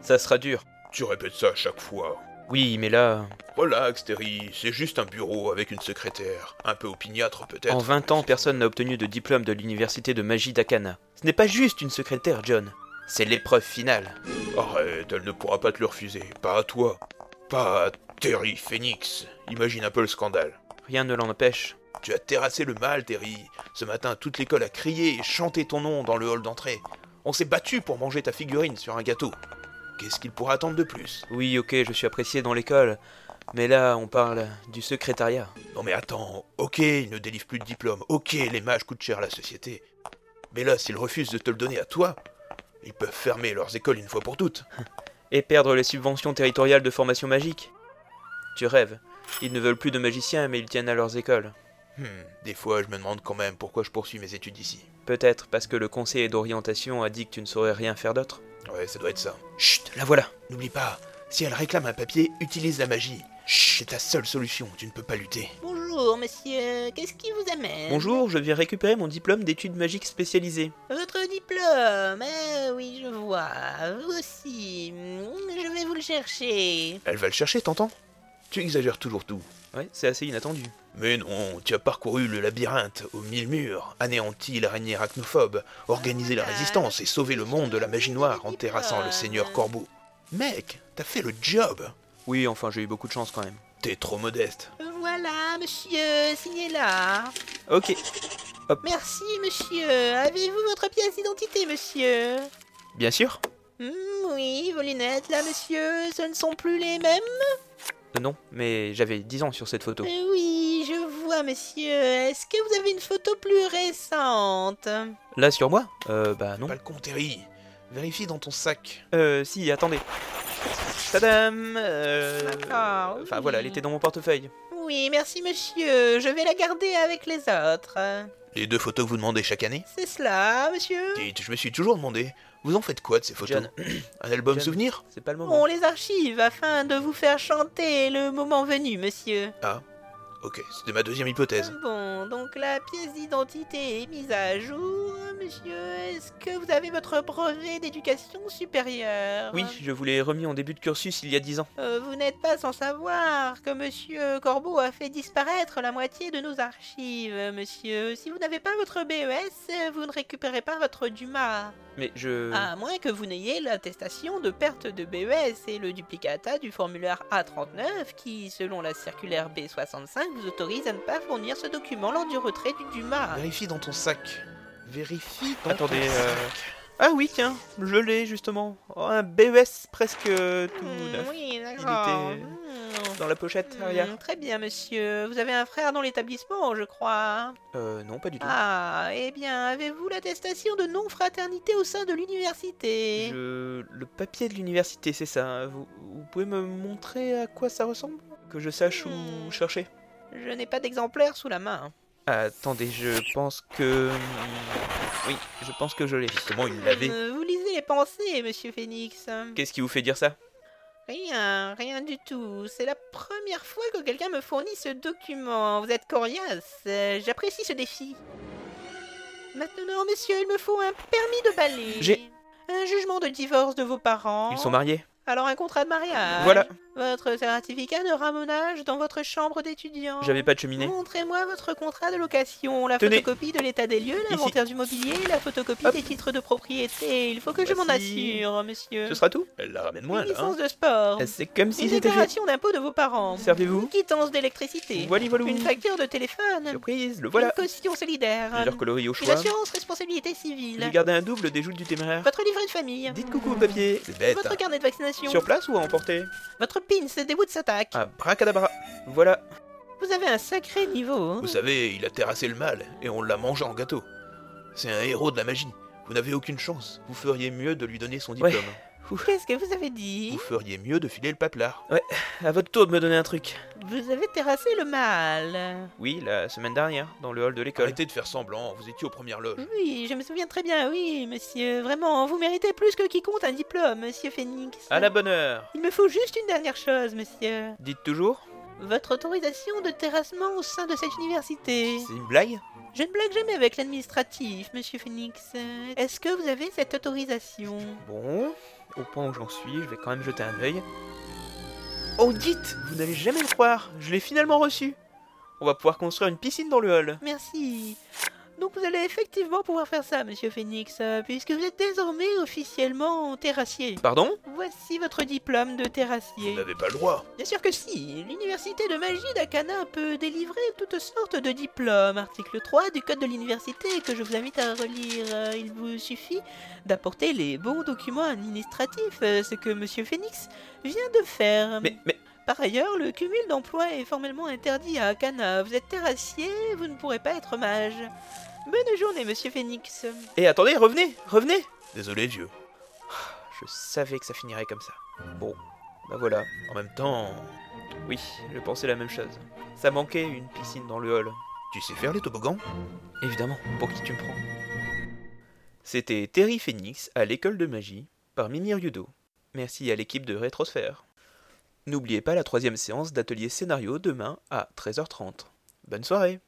ça sera dur. Tu répètes ça à chaque fois. Oui, mais là, Relax, Terry, c'est juste un bureau avec une secrétaire. Un peu opiniâtre, peut-être. en 20 ans, personne n'a obtenu de diplôme de l'université de magie d'Akana. Ce n'est pas juste une secrétaire, John. C'est l'épreuve finale. Arrête, elle ne pourra pas te le refuser. Pas à toi. Pas à Terry Phoenix. Imagine un peu le scandale. Rien ne l'en empêche. Tu as terrassé le mal, Terry. Ce matin, toute l'école a crié et chanté ton nom dans le hall d'entrée. On s'est battu pour manger ta figurine sur un gâteau. Qu'est-ce qu'il pourra attendre de plus Oui, ok, je suis apprécié dans l'école. Mais là, on parle du secrétariat. Non mais attends, ok, il ne délivre plus de diplôme, ok, les mages coûtent cher à la société. Mais là, s'ils refusent de te le donner à toi, ils peuvent fermer leurs écoles une fois pour toutes. et perdre les subventions territoriales de formation magique. Tu rêves. Ils ne veulent plus de magiciens, mais ils tiennent à leurs écoles. Hmm, des fois, je me demande quand même pourquoi je poursuis mes études ici. Peut-être parce que le conseiller d'orientation a dit que tu ne saurais rien faire d'autre. Ouais, ça doit être ça. Chut, la voilà. N'oublie pas, si elle réclame un papier, utilise la magie. Chut, c'est ta seule solution, tu ne peux pas lutter. Bonjour, monsieur. Qu'est-ce qui vous amène Bonjour, je viens récupérer mon diplôme d'études magiques spécialisées. Votre diplôme. Ah oui, je vois. Vous aussi. Mm, Je vais vous le chercher. Elle va le chercher, t'entends Tu exagères toujours tout. Ouais, c'est assez inattendu. Mais non, tu as parcouru le labyrinthe aux mille murs, anéanti l'araignée arachnophobe, organisé la résistance et sauvé le monde de la magie noire en terrassant le seigneur Corbeau. Mec, t'as fait le job Oui, enfin, j'ai eu beaucoup de chance quand même. T'es trop modeste. Voilà, monsieur. Signez là. Ok. Merci, monsieur. Avez-vous votre pièce d'identité, monsieur Bien sûr Hmm, Oui, vos lunettes, là, monsieur. Ce ne sont plus les mêmes Euh, Non, mais j'avais 10 ans sur cette photo. Euh, Oui, je vois, monsieur. Est-ce que vous avez une photo plus récente Là, sur moi Euh, bah non. Pas le con, Terry. Vérifie dans ton sac. Euh, si, attendez. Tadam Euh... D'accord, Enfin oui. voilà, elle était dans mon portefeuille. Oui, merci, monsieur. Je vais la garder avec les autres. Les deux photos que vous demandez chaque année C'est cela, monsieur Dites, je me suis toujours demandé, vous en faites quoi de ces photos John. Un album John. souvenir C'est pas le moment. On les archive afin de vous faire chanter le moment venu, monsieur. Ok, c'était ma deuxième hypothèse. Bon, donc la pièce d'identité est mise à jour, monsieur. Est-ce que vous avez votre brevet d'éducation supérieure Oui, je vous l'ai remis en début de cursus il y a 10 ans. Euh, vous n'êtes pas sans savoir que Monsieur Corbeau a fait disparaître la moitié de nos archives, monsieur. Si vous n'avez pas votre BES, vous ne récupérez pas votre Dumas. Mais je. À moins que vous n'ayez l'attestation de perte de BES et le duplicata du formulaire A39 qui, selon la circulaire B65, vous autorise à ne pas fournir ce document lors du retrait du Dumas. Vérifie dans ton sac. Vérifie dans Attendez, ton euh, sac. Ah oui, tiens, je l'ai justement. Oh, un BES presque euh, tout Hmm, neuf oui, d'accord. était- Hmm. dans la pochette arrière. Hmm, très bien, monsieur. Vous avez un frère dans l'établissement, je crois. Euh, non, pas du tout. Ah, eh bien, avez-vous l'attestation de non-fraternité au sein de l'université Je... Le papier de l'université, c'est ça. Vous... vous pouvez me montrer à quoi ça ressemble Que je sache où Hmm. chercher. je... n'ai pas d'exemplaire sous la main. Attendez, je pense que. hmm, Oui, je pense que je l'ai. Comment il l'avait Euh, vous lisez les pensées, monsieur Phoenix. Qu'est-ce qui vous fait dire ça Rien, rien du tout. C'est la première fois que quelqu'un me fournit ce document. Vous êtes coriace. Euh, J'apprécie ce défi. Maintenant, monsieur, il me faut un permis de balai. J'ai- Un jugement de divorce de vos parents. Ils sont mariés. Alors un contrat de mariage. Voilà, Votre certificat de ramonage dans votre chambre d'étudiant. j'avais pas de cheminée. Hmm. Montrez-moi votre contrat de location, la Tenez. photocopie de l'état des lieux, l'inventaire du mobilier, la photocopie Hop. des titres de propriété. Il faut que je m'en Voici. assure, monsieur. Ce sera tout Elle la ramène Une moins, là. hein. licence de sport. C'est comme Une si c'était fait. déclaration d'impôt de vos parents. Une Servez-vous. quittance d'électricité. Voilà, voilà. Une facture de téléphone. Surprise, le voilà. Une caution solidaire. Plusieurs coloris au Une choix. assurance responsabilité J'ai civile. gardé un double des joues du téméraire. Votre livret de famille. Dites coucou au papier. C'est bête. Votre hein. carnet de vaccination. Sur place ou à emporter Votre pins des Woods Attack. Ah, bracadabra. Voilà. Vous avez un sacré niveau. hein. Vous savez, il a terrassé le mal et on l'a mangé en gâteau. C'est un héros de la magie. Vous n'avez aucune chance. Vous feriez mieux de lui donner son Ouais. diplôme. Qu'est-ce que vous avez dit Vous feriez mieux de filer le paplard. À votre tour de me donner un truc. Vous avez terrassé le mal. Oui, la semaine dernière, dans le hall de l'école. Arrêtez de faire semblant, vous étiez aux premières loges. Oui, je me souviens très bien, oui, monsieur. Vraiment, vous méritez plus que quiconque un diplôme, monsieur Phoenix. À la bonne heure. Il me faut juste une dernière chose, monsieur. Dites toujours. Votre autorisation de terrassement au sein de cette université. C'est une blague Je ne blague jamais avec l'administratif, monsieur Phoenix. Est-ce que vous avez cette autorisation Bon. au point où j'en suis, je vais quand même jeter un œil. Oh, dites Vous n'allez jamais le croire, je l'ai finalement reçu On va pouvoir construire une piscine dans le hall. Merci. Donc vous allez effectivement pouvoir faire ça, monsieur Phoenix, euh, puisque vous êtes désormais officiellement terrassier. Pardon Voici votre diplôme de Vous terrassier. n'avez pas le droit. Bien sûr que si, l'université de magie d'Akana peut délivrer toutes sortes de diplômes. Article 3 du code de l'université que je vous invite à relire. Euh, Il vous suffit d'apporter les bons documents administratifs, euh, ce que monsieur Phoenix vient de faire. Mais, mais, Par ailleurs, le cumul d'emplois est formellement interdit à Akana. Vous êtes terrassier, vous ne pourrez pas être mage. Bonne journée, monsieur Phoenix. et eh, attendez, revenez, revenez Désolé, vieux. Je savais que ça finirait comme ça. Bon, bah voilà. En même temps, Oui, je pensais la même chose. Ça manquait une piscine dans le hall. tu sais faire les toboggans Évidemment, pour qui tu me prends C'était Terry Phoenix à l'école de magie par Mimi Ryudo. Merci à l'équipe de Rétrosphère. N'oubliez pas la troisième séance d'atelier scénario demain à 13h30. Bonne soirée